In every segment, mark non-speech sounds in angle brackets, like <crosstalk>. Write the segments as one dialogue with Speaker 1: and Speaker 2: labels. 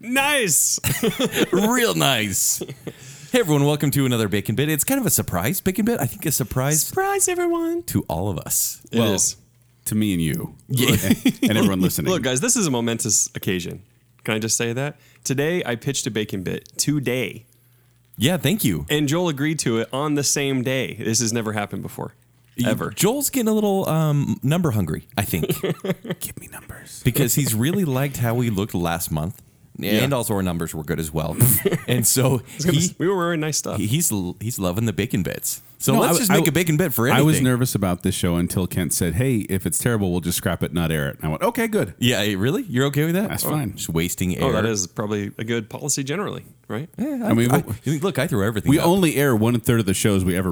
Speaker 1: Nice.
Speaker 2: Real nice. <laughs> Hey everyone, welcome to another Bacon Bit. It's kind of a surprise Bacon Bit. I think a surprise
Speaker 1: Surprise, everyone.
Speaker 2: to all of us.
Speaker 1: It
Speaker 3: Well,
Speaker 1: is.
Speaker 3: to me and you, and everyone listening.
Speaker 1: Look, guys, this is a momentous occasion. Can I just say that? Today, I pitched a bacon bit. Today.
Speaker 2: <laughs> Yeah, thank you.
Speaker 1: And Joel agreed to it on the same day. This has never happened before. Ever.
Speaker 2: Joel's getting a little um, number hungry, I
Speaker 3: <laughs>
Speaker 2: think,
Speaker 3: give me numbers.
Speaker 2: because he's really liked how we looked last month, and also our numbers were good as
Speaker 3: <laughs>
Speaker 2: well. and so he,
Speaker 1: we were wearing nice stuff.
Speaker 2: he's he's loving the bacon bits. So
Speaker 3: No,
Speaker 2: let's
Speaker 3: I-
Speaker 2: just
Speaker 3: I-
Speaker 2: make a bacon bit for anything.
Speaker 3: I was nervous about this show until Kent said, "Hey, if it's terrible, we'll just scrap it, not air it." And I went, "Okay, good."
Speaker 2: Yeah, eh, really? You're okay with that?
Speaker 3: That's fine.
Speaker 2: Just wasting air.
Speaker 1: oh, that is probably a good policy generally, right?
Speaker 2: Yeah, I,
Speaker 3: I mean,
Speaker 2: mean, I,
Speaker 3: we-
Speaker 2: you- look, I throw everything.
Speaker 3: We
Speaker 2: up.
Speaker 3: only air one third of the shows we ever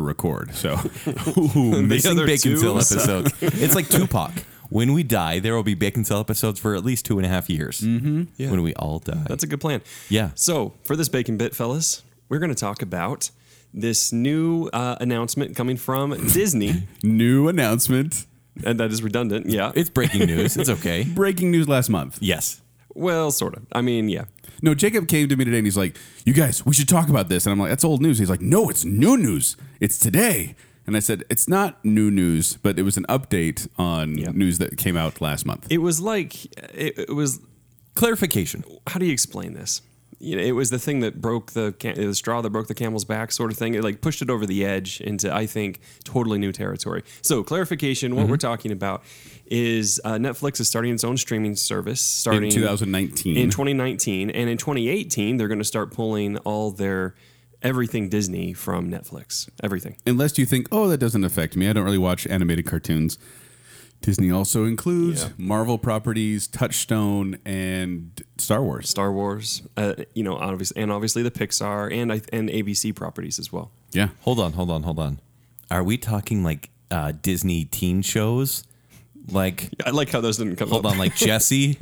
Speaker 2: <laughs>
Speaker 3: record, so <laughs>
Speaker 1: <laughs>
Speaker 2: missing
Speaker 1: other
Speaker 2: bacon
Speaker 1: two
Speaker 2: cell
Speaker 1: was- <laughs>
Speaker 2: episodes. it's like Tupac. When we die, there will be bacon cell episodes for at least two and a half years. Mm-hmm.
Speaker 1: Yeah.
Speaker 2: When we all die.
Speaker 1: That's a good plan.
Speaker 2: Yeah.
Speaker 1: So for this bacon bit, fellas, we're going to talk about this new uh, announcement coming from
Speaker 2: <laughs>
Speaker 1: Disney,
Speaker 3: new announcement,
Speaker 1: and that is redundant. Yeah.
Speaker 2: it's breaking news. it's
Speaker 1: <laughs>
Speaker 2: okay.
Speaker 3: breaking news last month.
Speaker 2: Yes.
Speaker 1: well, sort of. I mean, yeah.
Speaker 3: No, Jacob came to me today and he's like, "You guys, we should talk about this." And I'm like, "That's old news." He's like, "No, it's new news. It's today." And I said, "It's not new news, but it was an update on
Speaker 1: Yep.
Speaker 3: news that came out last month."
Speaker 1: It was like it, it was.
Speaker 2: Clarification.
Speaker 1: How do you explain this? You know, it was the thing that broke the ca- the straw that broke the camel's back, sort of thing. It like pushed it over the edge into, I think, totally new territory. So clarification:
Speaker 2: Mm-hmm.
Speaker 1: what we're talking about is uh, Netflix is starting its own streaming service starting
Speaker 3: in 2019.
Speaker 1: in 2019 and in 2018 they're going to start pulling all their everything disney from netflix everything
Speaker 3: Unless you think, "Oh, that doesn't affect me. I don't really watch animated cartoons." Disney also includes
Speaker 1: Yeah.
Speaker 3: Marvel properties, Touchstone, and Star Wars.
Speaker 1: star wars uh, you know obviously and obviously the pixar and I and abc properties as well
Speaker 3: Yeah.
Speaker 2: Hold on, hold on, hold on. Are we talking like uh, Disney teen shows? Like,
Speaker 1: i like how those didn't come
Speaker 2: hold
Speaker 1: up
Speaker 2: on,
Speaker 1: <laughs>
Speaker 2: like Jesse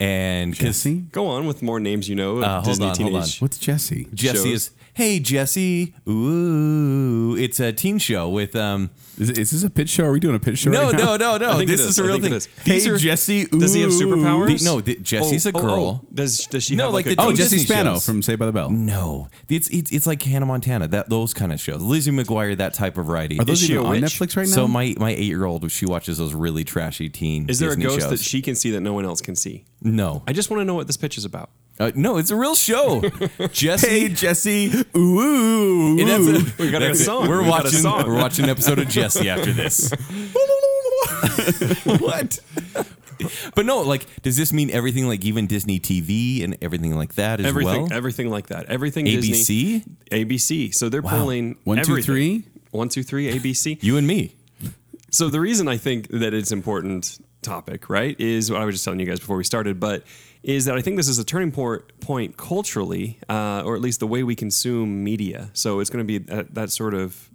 Speaker 2: and 'cause
Speaker 3: Jesse?
Speaker 1: go on with more names you know of
Speaker 2: Uh, hold
Speaker 1: disney
Speaker 2: on, hold
Speaker 1: teenage
Speaker 2: on.
Speaker 3: What's Jesse?
Speaker 2: Jesse
Speaker 1: Shows.
Speaker 2: is, hey, Jesse. Ooh. It's a teen show with, um,
Speaker 3: Is, is this a pitch show? Are we doing a pitch show?
Speaker 2: no,
Speaker 3: right
Speaker 2: no,
Speaker 3: now?
Speaker 2: no,
Speaker 1: I
Speaker 2: no.
Speaker 1: think it
Speaker 2: This
Speaker 1: is.
Speaker 2: is a
Speaker 1: I
Speaker 2: real
Speaker 1: think it
Speaker 2: thing.
Speaker 1: is.
Speaker 2: <laughs> These
Speaker 3: Hey,
Speaker 2: are-
Speaker 3: Jesse.
Speaker 1: does he have
Speaker 3: ooh.
Speaker 1: superpowers
Speaker 2: The- no, the- Jesse's a
Speaker 1: oh,
Speaker 2: girl.
Speaker 1: oh, does does she
Speaker 2: No,
Speaker 1: have like,
Speaker 2: like
Speaker 1: a
Speaker 2: the-
Speaker 3: Oh,
Speaker 1: coat?
Speaker 2: Disney
Speaker 3: Jesse Spano
Speaker 2: shows.
Speaker 3: from Saved by the Bell.
Speaker 2: No, it's it's, it's like Hannah Montana, that those kind of shows, Lizzie McGuire, that type of variety.
Speaker 3: Are those
Speaker 1: she
Speaker 3: even
Speaker 1: a
Speaker 3: on
Speaker 1: witch?
Speaker 3: Netflix right now?
Speaker 2: so my my eight year old she watches those really trashy teen.
Speaker 1: is there
Speaker 2: Disney
Speaker 1: a ghost
Speaker 2: shows.
Speaker 1: that she can see that no one else can see
Speaker 2: No,
Speaker 1: i just want to know what this pitch is about
Speaker 2: uh, no, it's a real
Speaker 1: <laughs>
Speaker 2: show. Jesse.
Speaker 3: Jesse. Ooh.
Speaker 2: and that's it.
Speaker 1: We got a
Speaker 2: That's it.
Speaker 1: song.
Speaker 2: We're
Speaker 1: We got a
Speaker 2: watching.
Speaker 1: song.
Speaker 2: We're watching an episode of Jesse after
Speaker 1: <laughs>
Speaker 2: this. what? but no, like, does this mean everything? Like even Disney TV and everything like that as
Speaker 1: everything
Speaker 2: well.
Speaker 1: everything like that everything
Speaker 2: ABC,
Speaker 1: disney abc so they're pulling
Speaker 3: One, two,
Speaker 1: everything.
Speaker 3: three?
Speaker 1: One, two, three, abc
Speaker 2: you and me.
Speaker 1: So the reason I think that it's important topic, right, is what I was just telling you guys before we started, but is that I think this is a turning point, point culturally, uh, or at least the way we consume media. So it's going to be that, that sort of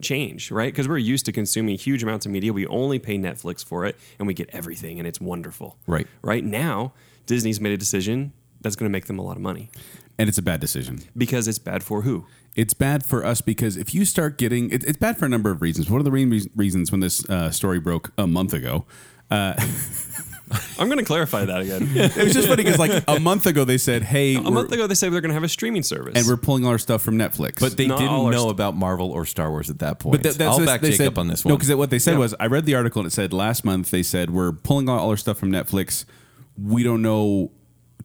Speaker 1: change, right? Because we're used to consuming huge amounts of media. We only pay Netflix for it, and we get everything, and it's wonderful.
Speaker 2: Right.
Speaker 1: Right now, Disney's made a decision that's going to make them a lot of money
Speaker 3: And it's a bad decision.
Speaker 1: because it's bad for who?
Speaker 3: It's bad for us because if you start getting, it, it's bad for a number of reasons. One of the re- reasons when this uh, story broke a month ago,
Speaker 1: I'm going to clarify that again.
Speaker 3: it was just funny because like a month ago they said, "Hey,
Speaker 1: a month
Speaker 3: we're-
Speaker 1: ago, they said they're going to have a streaming service.
Speaker 3: and we're pulling all our stuff from Netflix."
Speaker 2: But they
Speaker 1: Not all
Speaker 2: didn't
Speaker 1: our
Speaker 2: know
Speaker 1: st-
Speaker 2: about Marvel or Star Wars at that point.
Speaker 3: But that- that's
Speaker 2: I'll
Speaker 3: what
Speaker 2: back
Speaker 3: they
Speaker 2: Jacob
Speaker 3: said-
Speaker 2: on this
Speaker 3: No,
Speaker 2: one.
Speaker 3: because what they said was, I read the article and it said last month they said we're pulling all our stuff from Netflix. We don't know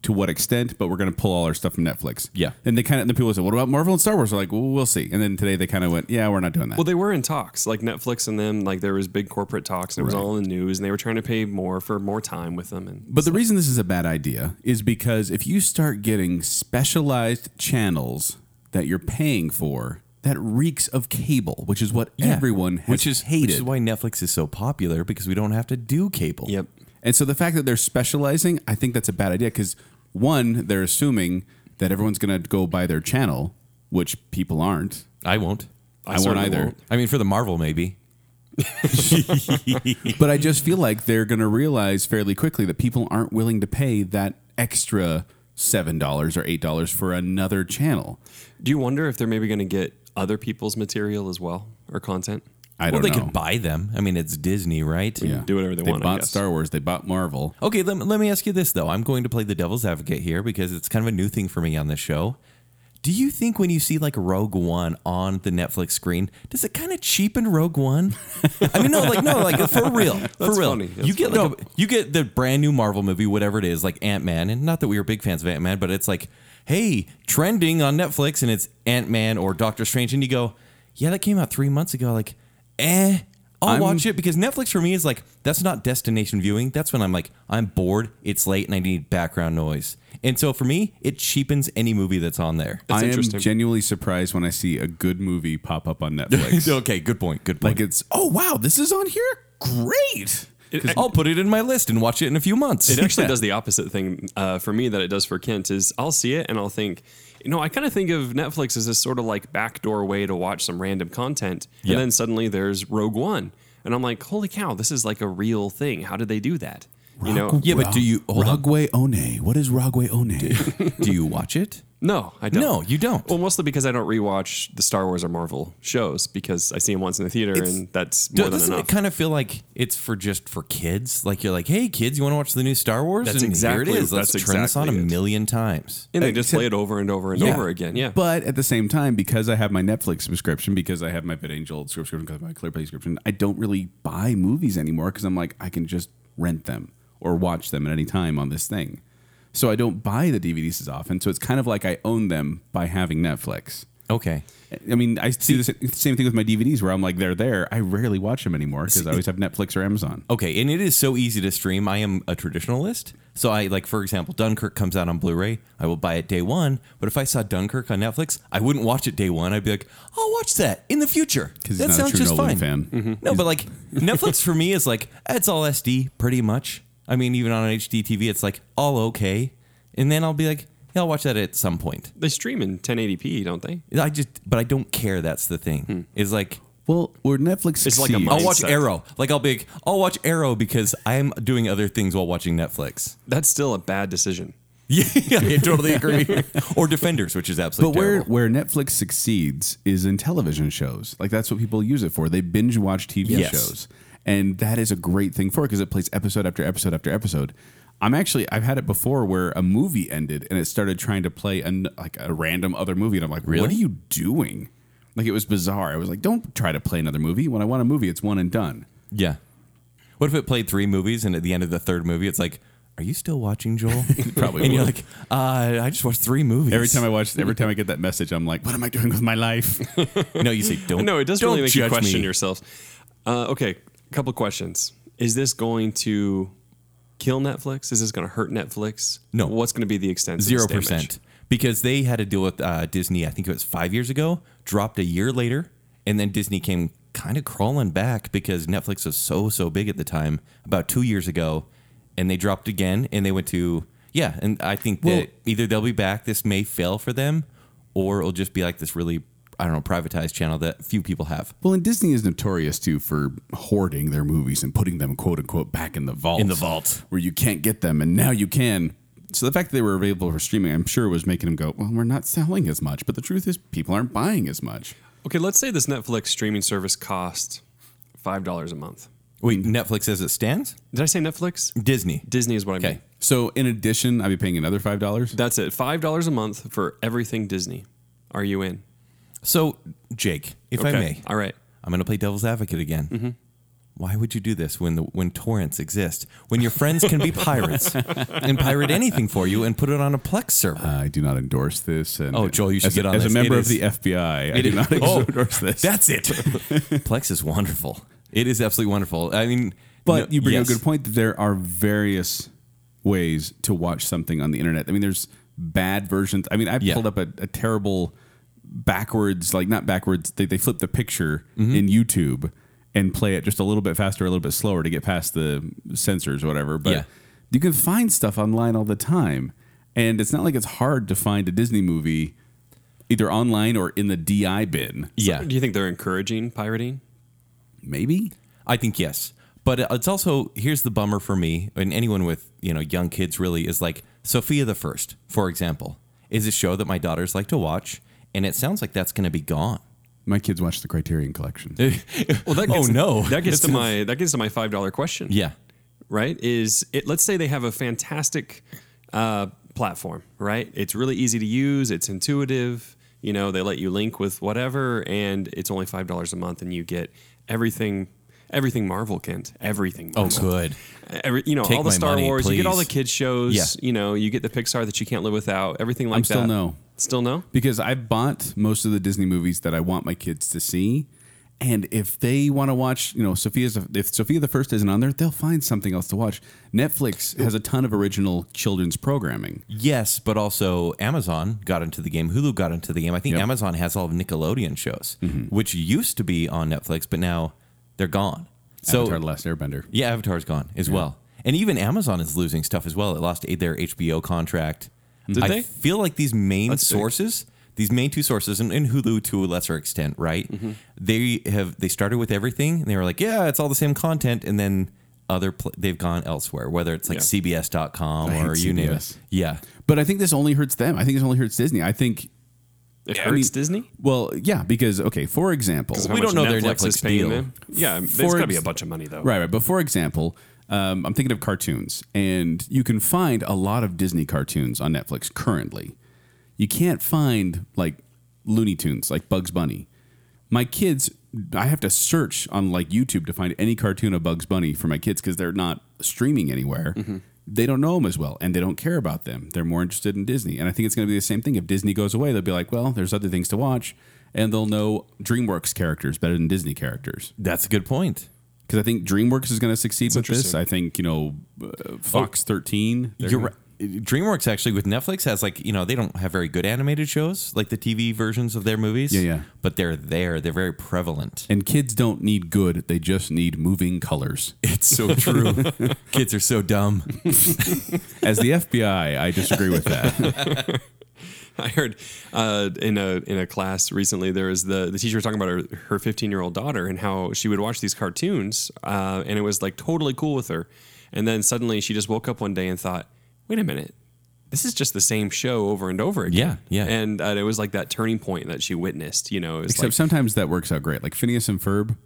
Speaker 3: to what extent, but we're going to pull all our stuff from Netflix.
Speaker 2: Yeah.
Speaker 3: and they kind of the people said, what about Marvel and Star Wars? They're like, well, we'll see. And then today they kind of went, yeah, we're not doing that.
Speaker 1: Well, they were in talks, like Netflix and them. Like there was big corporate talks, and it was
Speaker 3: Right.
Speaker 1: all in the news, and they were trying to pay more for more time with them. And
Speaker 3: But the reason this is a bad idea is because if you start getting specialized channels that you're paying for, that reeks of cable, which is what everyone has
Speaker 2: which is
Speaker 3: hated.
Speaker 2: Which is why Netflix is so popular because we don't have to do cable.
Speaker 1: yep,
Speaker 3: And so the fact that they're specializing, I think that's a bad idea because one, they're assuming that everyone's going to go buy their channel, which people aren't.
Speaker 2: I won't.
Speaker 3: I won't
Speaker 1: certainly
Speaker 3: either.
Speaker 2: <laughs> I mean, for the Marvel, maybe.
Speaker 3: But I just feel like they're going to realize fairly quickly that people aren't willing to pay that extra $7 or $8 for another channel.
Speaker 1: Do you wonder if they're maybe going to get other people's material as well or content?
Speaker 3: I
Speaker 2: well,
Speaker 3: don't
Speaker 2: they
Speaker 3: know.
Speaker 2: could buy them. I mean, it's Disney, right?
Speaker 3: yeah.
Speaker 1: do whatever they want, I
Speaker 3: They bought
Speaker 1: guess.
Speaker 3: Star Wars. They bought Marvel.
Speaker 2: Okay, let, let me ask you this though. I'm going to play the devil's advocate here because it's kind of a new thing for me on this show. Do you think when you see like Rogue One on the Netflix screen, does it kind of cheapen Rogue
Speaker 3: <laughs>
Speaker 2: One? I mean, no, like no, like for real, for
Speaker 1: That's
Speaker 2: real.
Speaker 1: funny.
Speaker 2: you
Speaker 1: That's
Speaker 2: get like a, Oh, you get the brand new Marvel movie, whatever it is, like Ant Man, and not that we were big fans of Ant Man, but it's like, hey, trending on Netflix, and it's Ant Man or Doctor Strange, and you go, yeah, that came out three months ago. Like, eh, I'll
Speaker 3: I'm-
Speaker 2: watch it because Netflix for me is like that's not destination viewing. That's when I'm like I'm bored, it's late, and I need background noise. And so for me, it cheapens any movie that's on there.
Speaker 1: That's
Speaker 3: I am
Speaker 1: interesting.
Speaker 3: genuinely surprised when I see a good movie pop up on
Speaker 1: <laughs>
Speaker 3: Netflix.
Speaker 2: <laughs> okay, good point. Good
Speaker 3: like
Speaker 2: point.
Speaker 3: it's oh wow, this is on here. Great.
Speaker 2: I'll put it in my list and watch it in a few months. <laughs>
Speaker 1: It actually does the opposite thing uh, for me that it does for Kent is I'll see it and I'll think, you know, I kind of think of Netflix as this sort of like backdoor way to watch some random content,
Speaker 2: Yeah.
Speaker 1: and then suddenly there's Rogue One, and I'm like, holy cow, this is like a real thing. How did they do that? you know,
Speaker 2: yeah, but do you hold on?
Speaker 3: Ragwe One. What is Ragwe One?
Speaker 2: Do you watch it?
Speaker 1: no, I don't.
Speaker 2: No, you don't.
Speaker 1: Well, mostly because I don't rewatch the Star Wars or Marvel shows because I see them once in the theater, and that's more than
Speaker 2: Doesn't
Speaker 1: enough.
Speaker 2: it kind of feel like it's for just for kids? Like you're like, hey, kids, you want to watch the new Star Wars?
Speaker 1: That's
Speaker 2: and
Speaker 1: exactly-
Speaker 2: here it is. Let's
Speaker 1: that's
Speaker 2: turn this on a
Speaker 1: exactly it.
Speaker 2: million times.
Speaker 1: and they just play it over and over and
Speaker 2: Yeah.
Speaker 1: over again. Yeah.
Speaker 3: But at the same time, because I have my Netflix subscription, because I have my VidAngel subscription, because I have my ClearPlay subscription, I don't really buy movies anymore because I'm like, I can just rent them or watch them at any time on this thing. So I don't buy the DVDs as often. So it's kind of like I own them by having Netflix.
Speaker 2: Okay.
Speaker 3: I mean, I see the sa- same thing with my DVDs where I'm like, they're there. I rarely watch them anymore because I always have Netflix or Amazon.
Speaker 2: Okay, and it is so easy to stream. I am a traditionalist. So I like for example, Dunkirk comes out on Blu-ray, I will buy it day 1, but if I saw Dunkirk on Netflix, I wouldn't watch it day 1. I'd be like, "I'll watch that in the future."
Speaker 3: Because
Speaker 2: that
Speaker 3: he's not a
Speaker 2: sounds
Speaker 3: true
Speaker 2: just
Speaker 3: Nolan
Speaker 2: fine.
Speaker 3: fan.
Speaker 1: Mm-hmm.
Speaker 2: No, but like Netflix for me is like it's all SD pretty much. I mean, even on HD TV, it's like all okay. And then I'll be like, "Yeah, I'll watch that at some point."
Speaker 1: they stream in 1080p, don't they?
Speaker 2: I just but I don't care, that's the thing. Is like
Speaker 3: Well, or Netflix.
Speaker 1: It's like a
Speaker 3: succeeds-
Speaker 1: month.
Speaker 2: I'll watch
Speaker 1: mindset.
Speaker 2: Arrow. Like I'll be like, I'll watch Arrow because I'm doing other things while watching Netflix.
Speaker 1: That's still a bad decision.
Speaker 2: Yeah, I totally agree. <laughs> or Defenders, which is
Speaker 3: But
Speaker 2: absolutely
Speaker 3: where,
Speaker 2: terrible.
Speaker 3: where Netflix succeeds is in television shows. Like that's what people use it for. They binge watch TV
Speaker 2: Yes.
Speaker 3: shows. And that is a great thing for it because it plays episode after episode after episode. I'm actually I've had it before where a movie ended and it started trying to play an, like a random other movie and I'm like, what are
Speaker 2: Really?
Speaker 3: you doing? Like it was bizarre. I was like, don't try to play another movie. When I want a movie, it's one and done.
Speaker 2: yeah. What if it played three movies and at the end of the third movie, it's like, "Are you still watching, Joel?"
Speaker 3: Probably
Speaker 2: And you're
Speaker 3: will.
Speaker 2: like, uh, "I just watched three movies."
Speaker 3: Every time I watch, every time I get that message, I'm like, what am I doing with my life?
Speaker 2: I no, you say, "Don't."
Speaker 1: No, it does
Speaker 2: don't
Speaker 1: really make you
Speaker 2: judge
Speaker 1: question
Speaker 2: me.
Speaker 1: yourself. Uh, okay, a couple questions. Is this going to kill Netflix? Is this going to hurt Netflix?
Speaker 2: No.
Speaker 1: What's going to be the extent? of
Speaker 2: zero
Speaker 1: this damage?
Speaker 2: percent because they had to deal with uh, Disney. I think it was five years ago. Dropped a year later, and then Disney came kind of crawling back because Netflix was so so big at the time. About two years ago, and they dropped again, and they went to yeah. And I think that
Speaker 3: Well-
Speaker 2: either they'll be back. This may fail for them, or it'll just be like this really I don't know privatized channel that few people have.
Speaker 3: Well, and Disney is notorious too for hoarding their movies and putting them quote unquote back in the vault.
Speaker 2: In the vault.
Speaker 3: Where you can't get them and now you can. So the fact that they were available for streaming, I'm sure was making them go, Well, we're not selling as much, but the truth is people aren't buying as much.
Speaker 1: Okay, let's say this Netflix streaming service cost five dollars a month.
Speaker 2: Wait, Netflix as it stands,
Speaker 1: Did I say Netflix?
Speaker 2: Disney.
Speaker 1: Disney is what I mean.
Speaker 2: Mm. Okay,
Speaker 3: So in addition, I'd be paying another five dollars.
Speaker 1: That's it. Five dollars a month for everything Disney. Are you in?
Speaker 2: so Jake, if I may,
Speaker 1: All right.
Speaker 2: I'm going to play devil's advocate again.
Speaker 3: Mm-hmm.
Speaker 2: Why would you do this when the when torrents exist? When your friends can be pirates and pirate anything for you and put it on a Plex server?
Speaker 3: I do not endorse this. And
Speaker 2: Oh, Joel, you should
Speaker 3: as,
Speaker 2: get on
Speaker 3: as
Speaker 2: this.
Speaker 3: a member
Speaker 2: It
Speaker 3: of
Speaker 2: is-
Speaker 3: the FBI. I
Speaker 2: It
Speaker 3: do
Speaker 2: is-
Speaker 3: not
Speaker 2: <laughs>
Speaker 3: <laughs>
Speaker 2: Oh,
Speaker 3: endorse this.
Speaker 2: That's it. <laughs> Plex is wonderful. It is absolutely wonderful. I mean,
Speaker 3: But
Speaker 2: no-
Speaker 3: you bring
Speaker 2: yes.
Speaker 3: up a good point that there are various ways to watch something on the internet. I mean, there's bad versions. I mean, I
Speaker 2: Yeah.
Speaker 3: pulled up a, a terrible backwards, like not backwards. They, they flip the picture
Speaker 2: Mm-hmm.
Speaker 3: in YouTube and play it just a little bit faster, a little bit slower to get past the censors or whatever. But
Speaker 2: Yeah.
Speaker 3: you can find stuff online all the time, and it's not like it's hard to find a Disney movie either online or in the DI bin.
Speaker 2: Yeah,
Speaker 1: Do you think they're encouraging
Speaker 2: <laughs>
Speaker 1: pirating?
Speaker 3: Maybe.
Speaker 2: I think yes. But uh, it's also here's the bummer for me and anyone with you know young kids really is like Sophia the First, for example, is a show that my daughters like to watch, and it sounds like that's going to be gone.
Speaker 3: My kids watch the Criterion Collection.
Speaker 1: Well, that
Speaker 2: oh
Speaker 1: <laughs>
Speaker 2: no,
Speaker 1: that gets
Speaker 2: <laughs>
Speaker 1: to my that gets to my five dollar question.
Speaker 2: yeah.
Speaker 1: right? Is it? Let's say they have a fantastic uh, platform, right? It's really easy to use. It's intuitive. You know, they let you link with whatever, and it's only five dollars a month, and you get everything. Everything Marvel, Kent. Everything.
Speaker 2: Oh,
Speaker 1: Marvel.
Speaker 2: good.
Speaker 1: Every, you know,
Speaker 2: Take
Speaker 1: all the
Speaker 2: my
Speaker 1: Star
Speaker 2: money,
Speaker 1: Wars. You get all the
Speaker 2: please.
Speaker 1: kids shows.
Speaker 2: Yeah.
Speaker 1: You know, you get the Pixar that you can't live without. Everything like
Speaker 3: I'm
Speaker 1: that.
Speaker 3: still no.
Speaker 1: Still no.
Speaker 3: because I bought most of the Disney movies that I want my kids to see. And if they want to watch, you know, Sophia's if Sophia the First isn't on there, they'll find something else to watch. Netflix has a ton of original children's programming.
Speaker 2: Yes, but also Amazon got into the game. Hulu got into the game. I think Amazon has all of Nickelodeon shows, which used to be on Netflix, but now they're gone. So
Speaker 3: Avatar: The Last Airbender.
Speaker 2: yeah, Avatar's gone as well, and even Amazon is losing stuff as well. It lost their HBO contract. Did I
Speaker 1: they?
Speaker 2: feel like these main
Speaker 1: That's big.
Speaker 2: sources, these main two sources, and, and Hulu to a lesser extent, right? They have they started with everything, and they were like, yeah, it's all the same content, and then other pl- they've gone elsewhere, whether it's like
Speaker 1: Yeah.
Speaker 2: CBS.com
Speaker 3: I hate
Speaker 2: or you name it.
Speaker 3: CBS.
Speaker 2: Yeah.
Speaker 3: But I think this only hurts them. I think this only hurts Disney. I think.
Speaker 1: It
Speaker 3: I
Speaker 1: hurts
Speaker 3: mean,
Speaker 1: Disney.
Speaker 3: Well, yeah, because okay, for example,
Speaker 1: How
Speaker 2: we
Speaker 1: much
Speaker 2: don't know their
Speaker 1: is
Speaker 2: Netflix
Speaker 1: paying
Speaker 2: deal.
Speaker 1: them? Yeah, it's
Speaker 3: For
Speaker 1: got to be
Speaker 3: ex-
Speaker 1: a bunch of money though.
Speaker 3: Right, right. But for example, um, I'm thinking of cartoons, and you can find a lot of Disney cartoons on Netflix currently. You can't find like Looney Tunes, like Bugs Bunny. My kids, I have to search on like YouTube to find any cartoon of Bugs Bunny for my kids because they're not streaming anywhere. They don't know them as well, and they don't care about them. They're more interested in Disney, and I think it's going to be the same thing. If Disney goes away, they'll be like, "Well, there's other things to watch," and they'll know DreamWorks characters better than Disney characters
Speaker 2: That's a good point.
Speaker 3: because I think DreamWorks is going to succeed with this.
Speaker 1: interesting.
Speaker 3: I think you know uh, Fox 13 they're
Speaker 2: You're
Speaker 3: gonna-
Speaker 2: right. DreamWorks actually with Netflix has like you know they don't have very good animated shows like the TV versions of their movies.
Speaker 3: Yeah, yeah.
Speaker 2: But they're there. They're very
Speaker 3: <laughs>
Speaker 2: prevalent.
Speaker 3: And kids don't need good; they just need moving <laughs> colors.
Speaker 2: It's so true. Kids are so
Speaker 3: <laughs>
Speaker 2: dumb.
Speaker 3: As the FBI, I disagree with that.
Speaker 1: I heard uh, in a in a class recently there was the the teacher was talking about her her 15 year old daughter and how she would watch these cartoons uh, and it was like totally cool with her, and then suddenly she just woke up one day and thought, wait a minute, this is just the same show over and over again.
Speaker 2: Yeah, yeah.
Speaker 1: And uh, it was like that turning point that she witnessed. You know, it was
Speaker 3: Except
Speaker 1: like,
Speaker 3: sometimes that works out great, like Phineas and Ferb.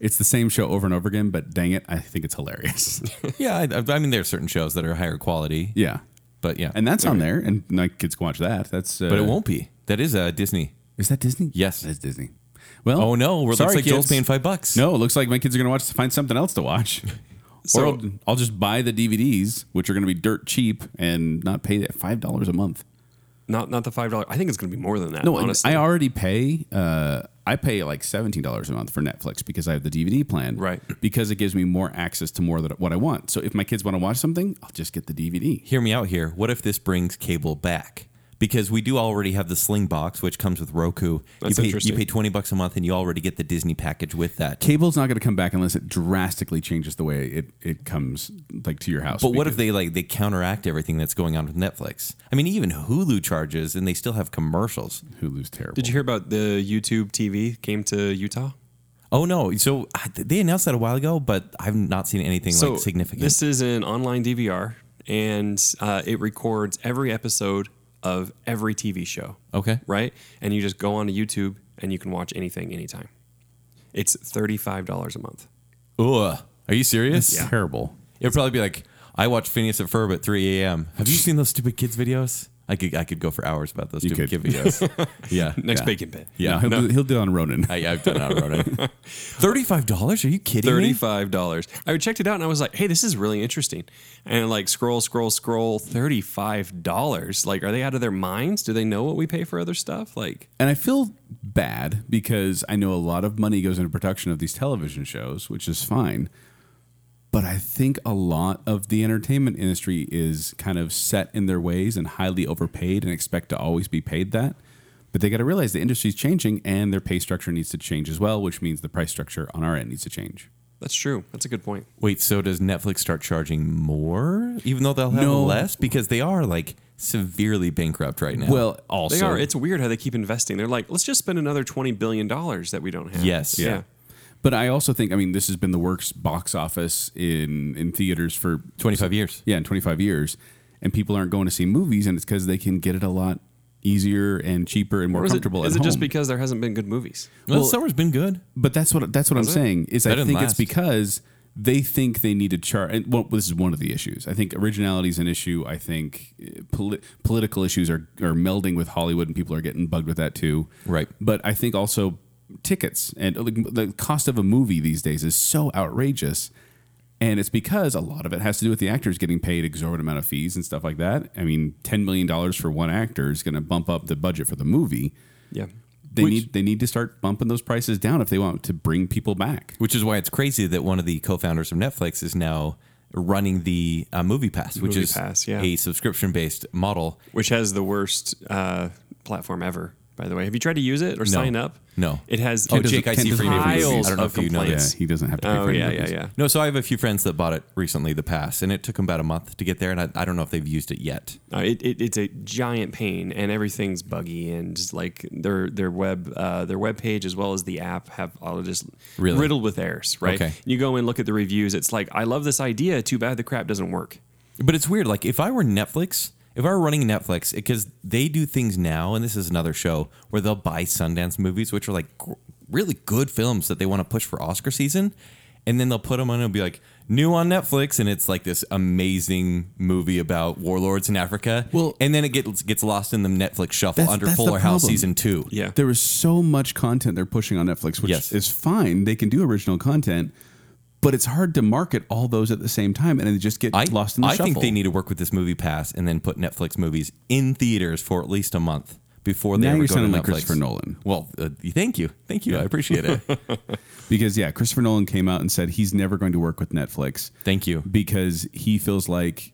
Speaker 3: It's the same show over and over again, but dang it, I think it's hilarious.
Speaker 2: yeah, I, I mean there are certain shows that are higher quality,
Speaker 3: yeah,
Speaker 2: but yeah,
Speaker 3: and that's on there, and my kids can watch that. That's uh,
Speaker 2: but it won't be. That is uh, Disney.
Speaker 3: Is that Disney?
Speaker 2: Yes.
Speaker 3: that's Disney. Well,
Speaker 2: Oh no, we're
Speaker 3: sorry,
Speaker 2: looks like Joel's
Speaker 3: kids.
Speaker 2: paying five bucks.
Speaker 3: No, it looks like my kids are going to watch find something else to watch. or
Speaker 1: So-
Speaker 3: I'll, I'll just buy the DVDs, which are going to be dirt cheap, and not pay that five dollars a month.
Speaker 1: not not the five dollar. I think it's going to be more than that.
Speaker 3: No, and
Speaker 1: honestly.
Speaker 3: I already pay. Uh, I pay like seventeen dollars a month for Netflix because I have the DVD plan,
Speaker 1: Right.
Speaker 3: Because it gives me more access to more that what I want. So if my kids want to watch something, I'll just get the DVD.
Speaker 2: Hear me out here. What if this brings cable back? Because we do already have the Sling Box, which comes with Roku.
Speaker 1: That's
Speaker 2: you pay,
Speaker 1: interesting.
Speaker 2: You pay twenty bucks a month, and you already get the Disney package with that.
Speaker 3: Cable's not going to come back unless it drastically changes the way it, it comes like to your house.
Speaker 2: But what if they like they counteract everything that's going on with Netflix? I mean, even Hulu charges, and they still have commercials.
Speaker 3: Hulu's terrible?
Speaker 1: Did you hear about the YouTube TV came to Utah?
Speaker 2: Oh no! So I- they announced that a while ago, but I've not seen anything like significant.
Speaker 1: This is an online DVR, and uh, it records every episode of every TV show.
Speaker 2: okay,
Speaker 1: Right, and you just go onto YouTube and you can watch anything anytime. It's thirty five dollars a month.
Speaker 2: Ugh. are you serious?
Speaker 3: It's terrible.
Speaker 2: It'd probably be like I watched Phineas and Ferb at 3 a.m. Have you seen those stupid kids videos? I could I could go for hours about those stupid
Speaker 3: could.
Speaker 2: kid <laughs> videos. yeah,
Speaker 1: Next
Speaker 3: Yeah.
Speaker 1: bacon pit.
Speaker 2: Yeah,
Speaker 3: No, he'll,
Speaker 2: no.
Speaker 3: Do, he'll do it on Ronin.
Speaker 2: I, I've done out <laughs> running. Thirty five dollars? Are you kidding
Speaker 1: Thirty
Speaker 2: me?
Speaker 1: five dollars. I checked it out and I was like, "Hey, this is really interesting." And like, scroll, scroll, scroll. Thirty five dollars. Like, are they out of their minds? Do they know what we pay for other stuff? Like,
Speaker 3: And I feel bad because I know a lot of money goes into production of these television shows, which is fine. But I think a lot of the entertainment industry is kind of set in their ways and highly overpaid and expect to always be paid that. But they got to realize the industry's changing and their pay structure needs to change as well, which means the price structure on our end needs to change.
Speaker 1: that's true. That's a good point.
Speaker 2: Wait, so does Netflix start charging more, even though they'll have
Speaker 3: No.
Speaker 2: less because they are like severely bankrupt right now?
Speaker 3: Well, also,
Speaker 1: They are. It's weird how they keep investing. They're like, let's just spend another twenty billion dollars that we don't have.
Speaker 2: Yes.
Speaker 1: Yeah.
Speaker 2: Yeah.
Speaker 3: but I also think, I mean, this has been the worst box office in, in theaters for
Speaker 2: twenty five years.
Speaker 3: yeah, in 25 years, and people aren't going to see movies, and it's because they can get it a lot easier and cheaper and more
Speaker 1: Or is it-
Speaker 3: comfortable
Speaker 1: Is
Speaker 3: at
Speaker 1: it just
Speaker 3: home.
Speaker 1: because there hasn't been good movies?
Speaker 2: Well,
Speaker 3: Well-
Speaker 2: Star Wars been good.
Speaker 3: But that's what that's what I'm
Speaker 1: it?
Speaker 3: saying is
Speaker 2: That
Speaker 3: I
Speaker 2: didn't
Speaker 3: think
Speaker 2: last.
Speaker 3: it's because they think they need to charge. And well, this is one of the issues. I think originality is an issue. I think uh, poli- political issues are are melding with Hollywood, and people are getting bugged with that too.
Speaker 2: Right.
Speaker 3: But I think also tickets and uh, like, the cost of a movie these days is so outrageous. And it's because a lot of it has to do with the actors getting paid exorbitant amount of fees and stuff like that. I mean, ten million dollars for one actor is going to bump up the budget for the movie
Speaker 1: Yeah.
Speaker 3: they
Speaker 2: Which-
Speaker 3: need they need to start bumping those prices down if they want to bring people back.
Speaker 2: Which is why it's crazy that one of the co-founders of Netflix is now running the uh, Movie Pass, which
Speaker 1: Movie
Speaker 2: is
Speaker 1: Pass, yeah.
Speaker 2: a subscription-based model.
Speaker 1: Which has the worst uh, platform ever, by the way. Have you tried to use it or sign up?
Speaker 2: No.
Speaker 1: It has
Speaker 2: Oh, Jake, I
Speaker 3: Ken
Speaker 2: see
Speaker 3: doesn't
Speaker 2: free
Speaker 3: pay for
Speaker 2: movies.
Speaker 1: movies.
Speaker 2: I don't know
Speaker 1: Piles
Speaker 2: if you know
Speaker 1: of
Speaker 2: that.
Speaker 3: Yeah,
Speaker 1: It's-
Speaker 3: he doesn't have to pay
Speaker 1: Oh,
Speaker 3: for any
Speaker 1: yeah, yeah,
Speaker 3: movies.
Speaker 1: yeah.
Speaker 2: No, so I have a few friends that bought it recently, the pass, and it took them about a month to get there, and I, I don't know if they've used it yet.
Speaker 1: Uh, it, it, it's a giant pain, and everything's buggy, and just, like their their web uh, their web page as well as the app have all just
Speaker 2: Really?
Speaker 1: riddled with errors. Right?
Speaker 2: Okay.
Speaker 1: You go and look at the reviews. It's like I love this idea. Too bad the crap doesn't work.
Speaker 2: But it's weird. Like if I were Netflix, if I were running Netflix, because they do things now, and this is another show where they'll buy Sundance movies, which are like gr- really good films that they want to push for Oscar season, and then they'll put them on and be like new on Netflix, and it's like this amazing movie about warlords in Africa.
Speaker 3: Well-
Speaker 2: and then it gets gets lost in the Netflix shuffle
Speaker 3: That's-
Speaker 2: under
Speaker 3: that's the
Speaker 2: Fuller House
Speaker 3: problem.
Speaker 2: season two.
Speaker 1: Yeah.
Speaker 3: There is so much content they're pushing on Netflix, which
Speaker 2: Yes.
Speaker 3: is fine. They can do original content, but it's hard to market all those at the same time, and they just get
Speaker 2: I,
Speaker 3: lost in the
Speaker 2: I
Speaker 3: shuffle.
Speaker 2: think they need to work with this movie pass and then put Netflix movies in theaters for at least a month before they
Speaker 3: Now
Speaker 2: ever
Speaker 3: you're
Speaker 2: go to
Speaker 3: sounding
Speaker 2: Netflix.
Speaker 3: like Christopher Nolan.
Speaker 2: Well, uh, thank you, thank you, I appreciate
Speaker 3: <laughs>
Speaker 2: it.
Speaker 3: because yeah, Christopher Nolan came out and said he's never going to work with Netflix
Speaker 2: Thank you.
Speaker 3: because he feels like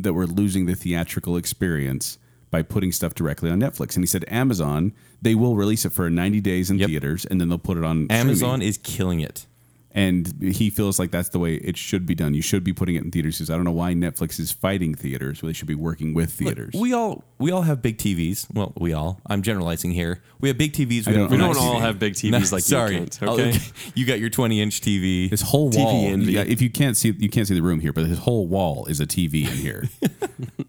Speaker 3: that we're losing the theatrical experience by putting stuff directly on Netflix. And he said Amazon they will release it for 90 days in
Speaker 2: Yep.
Speaker 3: theaters and then they'll put it on streaming.
Speaker 2: Amazon is killing it.
Speaker 3: and he feels like that's the way it should be done. You should be putting it in theaters. He says, I don't know why Netflix is fighting theaters. They should be working with theaters.
Speaker 2: We all we all have big TVs. Well, we all. I'm generalizing here. We have big TVs.
Speaker 3: I don't
Speaker 1: We
Speaker 3: On
Speaker 1: don't
Speaker 3: my
Speaker 1: all
Speaker 3: TV.
Speaker 1: have big TVs
Speaker 2: No,
Speaker 1: like
Speaker 2: sorry.
Speaker 1: you can't.
Speaker 2: Oh,
Speaker 1: Okay.
Speaker 2: <laughs> you got your 20 inch TV.
Speaker 3: his whole wall.
Speaker 1: envy.
Speaker 3: yeah, if you can't see, you can't see the room here, but his whole wall is a TV
Speaker 2: <laughs>
Speaker 3: in here.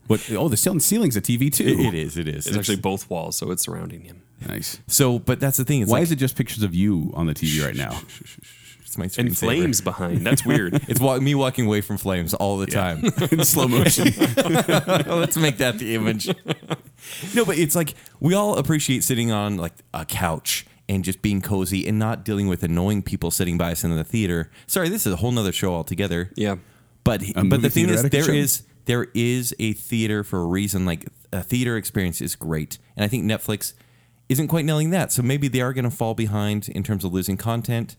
Speaker 3: what? Oh, the ceil- ceiling's a TV too.
Speaker 2: It- it is. It is.
Speaker 1: It's actually both walls, so it's surrounding him.
Speaker 3: nice.
Speaker 2: so. But that's the thing. It's
Speaker 3: Why
Speaker 2: like,
Speaker 3: is it just pictures of you on the TV
Speaker 2: <laughs>
Speaker 3: right now?
Speaker 2: it's my
Speaker 1: And
Speaker 2: screensaver.
Speaker 1: flames behind. That's
Speaker 2: <laughs>
Speaker 1: weird.
Speaker 2: It's wa- me walking away from flames all the time.
Speaker 3: <laughs> in slow motion.
Speaker 2: <laughs> Let's make that the image. <laughs> No, but it's like we all appreciate sitting on like a couch and just being cozy and not dealing with annoying people sitting by us in the theater. Sorry, this is a whole nother show altogether.
Speaker 1: Yeah.
Speaker 2: But but
Speaker 3: movie
Speaker 2: the thing
Speaker 3: theater
Speaker 2: is
Speaker 3: etiquette
Speaker 2: there
Speaker 3: show?
Speaker 2: is there is a theater for a reason. Like a theater experience is great. And I think Netflix isn't quite nailing that. So maybe they are gonna fall behind in terms of losing content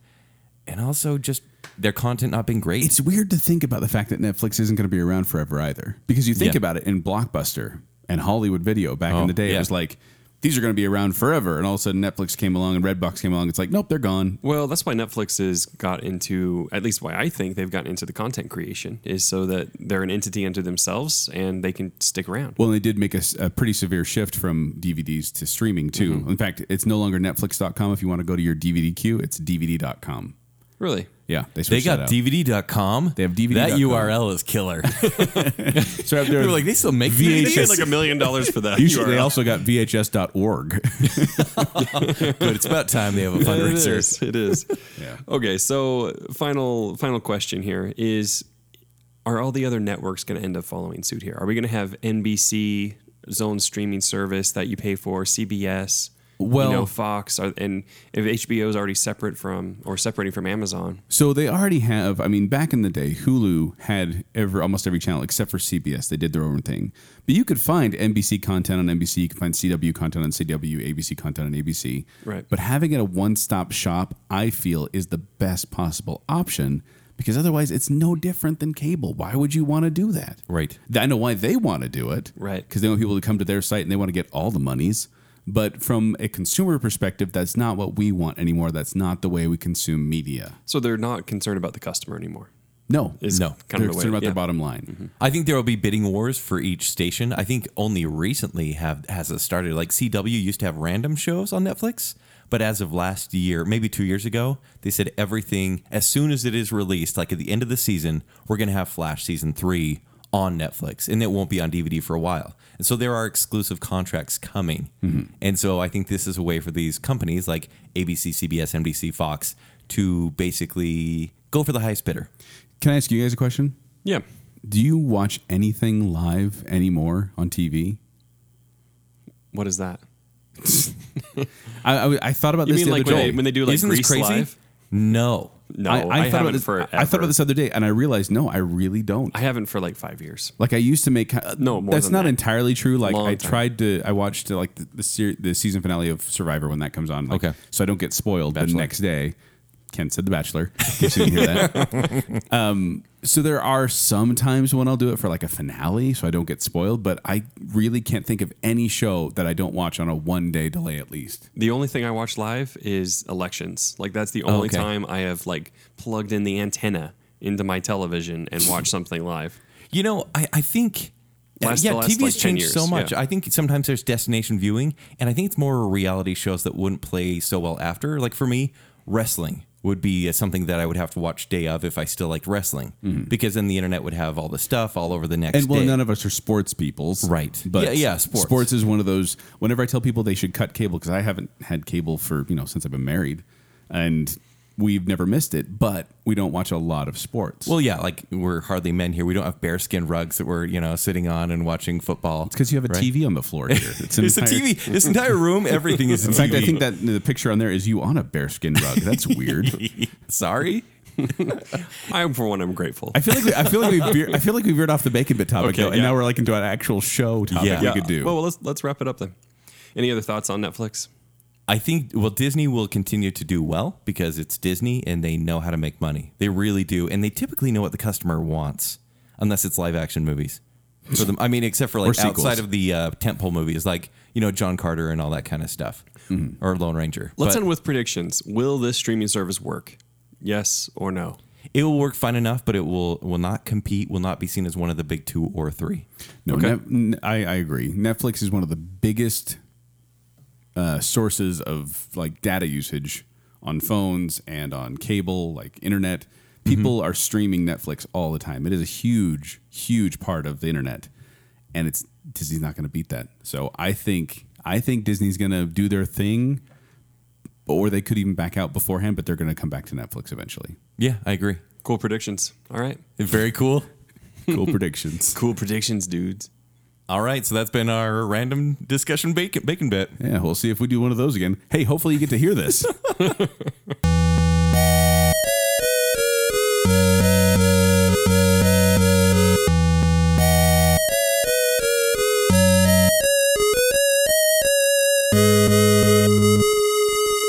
Speaker 2: and also just their content not being great.
Speaker 3: it's weird to think about the fact that Netflix isn't going to be around forever either. Because you think
Speaker 2: Yeah.
Speaker 3: about it in Blockbuster and Hollywood Video back
Speaker 2: Oh,
Speaker 3: in the day,
Speaker 2: yeah.
Speaker 3: it was like, these are going to be around forever. And all of a sudden, Netflix came along and Redbox came along. It's like, nope, they're gone.
Speaker 1: Well, that's why Netflix has got into, at least why I think they've gotten into the content creation, is so that they're an entity unto themselves and they can stick around.
Speaker 3: Well, they did make a, s- a pretty severe shift from DVDs to streaming, too.
Speaker 2: Mm-hmm.
Speaker 3: In fact, it's no longer Netflix.com. If you want to go to your DVD queue, it's DVD.com.
Speaker 1: really?
Speaker 3: Yeah, they,
Speaker 2: They
Speaker 3: switched that
Speaker 2: got
Speaker 3: out.
Speaker 2: DVD.com.
Speaker 3: They have DVD dot
Speaker 2: That
Speaker 3: com.
Speaker 2: URL is killer. <laughs>
Speaker 3: So they're-
Speaker 2: They're like, <laughs> they still make
Speaker 1: They
Speaker 2: VHS.
Speaker 1: paid like a million dollars for that.
Speaker 3: <laughs> you should- they
Speaker 1: URL.
Speaker 3: also got VHS.org.
Speaker 2: But it's about time <laughs> they have a
Speaker 1: It
Speaker 2: fundraiser.
Speaker 1: is. It
Speaker 3: <laughs>
Speaker 1: is.
Speaker 3: Yeah.
Speaker 1: Okay, so final final question here is: Are all the other networks going to end up following suit here? Are we going to have NBC, Zone streaming service that you pay for, CBS,
Speaker 3: Well-
Speaker 1: you know, Fox, are- and if HBO is already separate from or separating from Amazon?
Speaker 3: So they already have. I mean, back in the day, Hulu had every almost every channel except for CBS. They did their own thing, but you could find NBC content on NBC. You could find CW content on CW, ABC content on ABC.
Speaker 1: Right.
Speaker 3: But having it a one-stop shop, I feel, is the best possible option because otherwise, it's no different than cable. Why would you want to do that?
Speaker 2: Right.
Speaker 3: I know why they want to do it.
Speaker 1: Right.
Speaker 3: Because they want people to come to their site and they want to get all the monies. But from a consumer perspective, that's not what we want anymore. That's not the way we consume media.
Speaker 1: So they're not concerned about the customer anymore.
Speaker 3: No, Mm-hmm.
Speaker 1: Is
Speaker 2: No.
Speaker 1: kind of the
Speaker 3: they're
Speaker 1: way.
Speaker 3: concerned about
Speaker 1: yeah.
Speaker 3: their bottom line.
Speaker 2: I think there will be bidding wars for each station. I think only recently have has it started. Like CW used to have random shows on Netflix, but as of last year, maybe two years ago, they said everything as soon as it is released, like at the end of the season, we're gonna have Flash season three on Netflix and it won't be on DVD for a while. And so there are exclusive contracts coming.
Speaker 1: Mm-hmm.
Speaker 2: And so I think this is a way for these companies like ABC, CBS, NBC, Fox to basically go for the highest bidder.
Speaker 3: Can I ask you guys a question?
Speaker 1: Yeah.
Speaker 3: Do you watch anything live anymore on TV?
Speaker 1: What is that?
Speaker 3: I, I, I thought about
Speaker 1: You
Speaker 3: this
Speaker 1: mean
Speaker 3: the
Speaker 1: like
Speaker 3: other
Speaker 1: when
Speaker 3: day.
Speaker 1: they, when they do like
Speaker 2: Isn't this
Speaker 1: Grease
Speaker 2: crazy?
Speaker 1: Live?
Speaker 2: No.
Speaker 1: No, I,
Speaker 3: I, I thought about
Speaker 1: haven't
Speaker 3: this.
Speaker 1: for.
Speaker 3: I- I thought about this the other day, and I realized no, I really don't.
Speaker 1: I haven't for like five years.
Speaker 3: Like I used to make
Speaker 1: No, more
Speaker 3: that's
Speaker 1: than
Speaker 3: not
Speaker 1: that.
Speaker 3: entirely true. Like
Speaker 1: Long
Speaker 3: I
Speaker 1: time.
Speaker 3: tried to, I watched uh, like the the, ser- the season finale of Survivor when that comes on. Like,
Speaker 2: Okay.
Speaker 3: so I don't get spoiled the
Speaker 2: Bachelor.
Speaker 3: next day. Ken said The Bachelor. In case you didn't hear that. um,
Speaker 2: <laughs>
Speaker 3: so there are some times when I'll do it for like a finale, so I don't get spoiled. But I really can't think of any show that I don't watch on a one day delay at least.
Speaker 1: The only thing I watch live is elections. Like that's the only
Speaker 2: okay.
Speaker 1: time I have like plugged in the antenna into my television and watched something live.
Speaker 2: You know, I, I think uh,
Speaker 1: Last-
Speaker 2: yeah,
Speaker 1: the last,
Speaker 2: TV's
Speaker 1: like, 10
Speaker 2: changed
Speaker 1: years,
Speaker 2: so much.
Speaker 1: yeah.
Speaker 2: I think sometimes there's destination viewing, and I think it's more reality shows that wouldn't play so well after. Like for me, wrestling would be uh, something that I would have to watch day of if I still liked wrestling,
Speaker 1: Mm-hmm.
Speaker 2: because then the internet would have all the stuff all over the next
Speaker 3: And well,
Speaker 2: day.
Speaker 3: none of us are sports peoples,
Speaker 2: Right.
Speaker 3: But
Speaker 2: Yeah, yeah, sports.
Speaker 3: is one of those. Whenever I tell people they should cut cable, because I haven't had cable for you know since I've been married, and we've never missed it, but we don't watch a lot of sports.
Speaker 2: well, yeah, like we're hardly men here. We don't have bearskin rugs that we're you know sitting on and watching football. It's
Speaker 3: because you have a TV on the floor <laughs> here. an
Speaker 2: It's a
Speaker 3: entire-
Speaker 2: TV. This entire room, everything is a
Speaker 3: In fact, I
Speaker 2: TV.
Speaker 3: think that the picture on there is you on a bearskin rug. That's weird.
Speaker 2: Sorry.
Speaker 1: I for one, I'm grateful.
Speaker 3: I feel like we, I feel like we veer, I feel like we veered off the bacon bit topic
Speaker 2: Okay,
Speaker 3: though, and
Speaker 2: yeah.
Speaker 3: now we're like into an actual show topic
Speaker 2: Yeah.
Speaker 3: we
Speaker 2: Yeah.
Speaker 3: could do.
Speaker 1: Well, well, let's let's wrap it up then. Any other thoughts on Netflix?
Speaker 2: I think well Disney will continue to do well because it's Disney and they know how to make money. They really do, and they typically know what the customer wants, unless it's live action movies. For them, I mean, except for
Speaker 3: Or
Speaker 2: like
Speaker 3: sequels.
Speaker 2: outside of the uh, tentpole movies, like you know John Carter and all that kind of stuff, or Lone Ranger.
Speaker 1: Let's
Speaker 2: But
Speaker 1: end with predictions. Will this streaming service work? Yes or no?
Speaker 2: it will work fine enough, but it will will not compete. Will not be seen as one of the big two or three.
Speaker 3: No, Nef- n- I, I agree. Netflix is one of the biggest uh, sources of like data usage on phones and on cable, like internet. People are streaming Netflix all the time. It is a huge, huge part of the internet, and it's Disney's not going to beat that. So I think I think Disney's going to do their thing, or they could even back out beforehand. But they're going to come back to Netflix eventually.
Speaker 2: Yeah, I agree.
Speaker 1: Cool predictions. All right.
Speaker 2: Very cool.
Speaker 3: Cool predictions.
Speaker 1: Cool predictions, dudes.
Speaker 2: All right, so that's been our random discussion bacon bacon bit.
Speaker 3: Yeah, we'll see if we do one of those again. Hey, hopefully you get to hear this.
Speaker 1: Nice.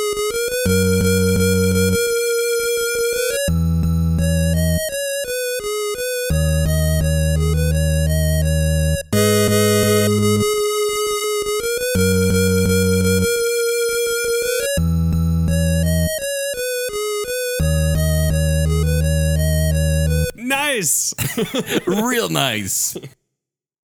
Speaker 2: Real nice.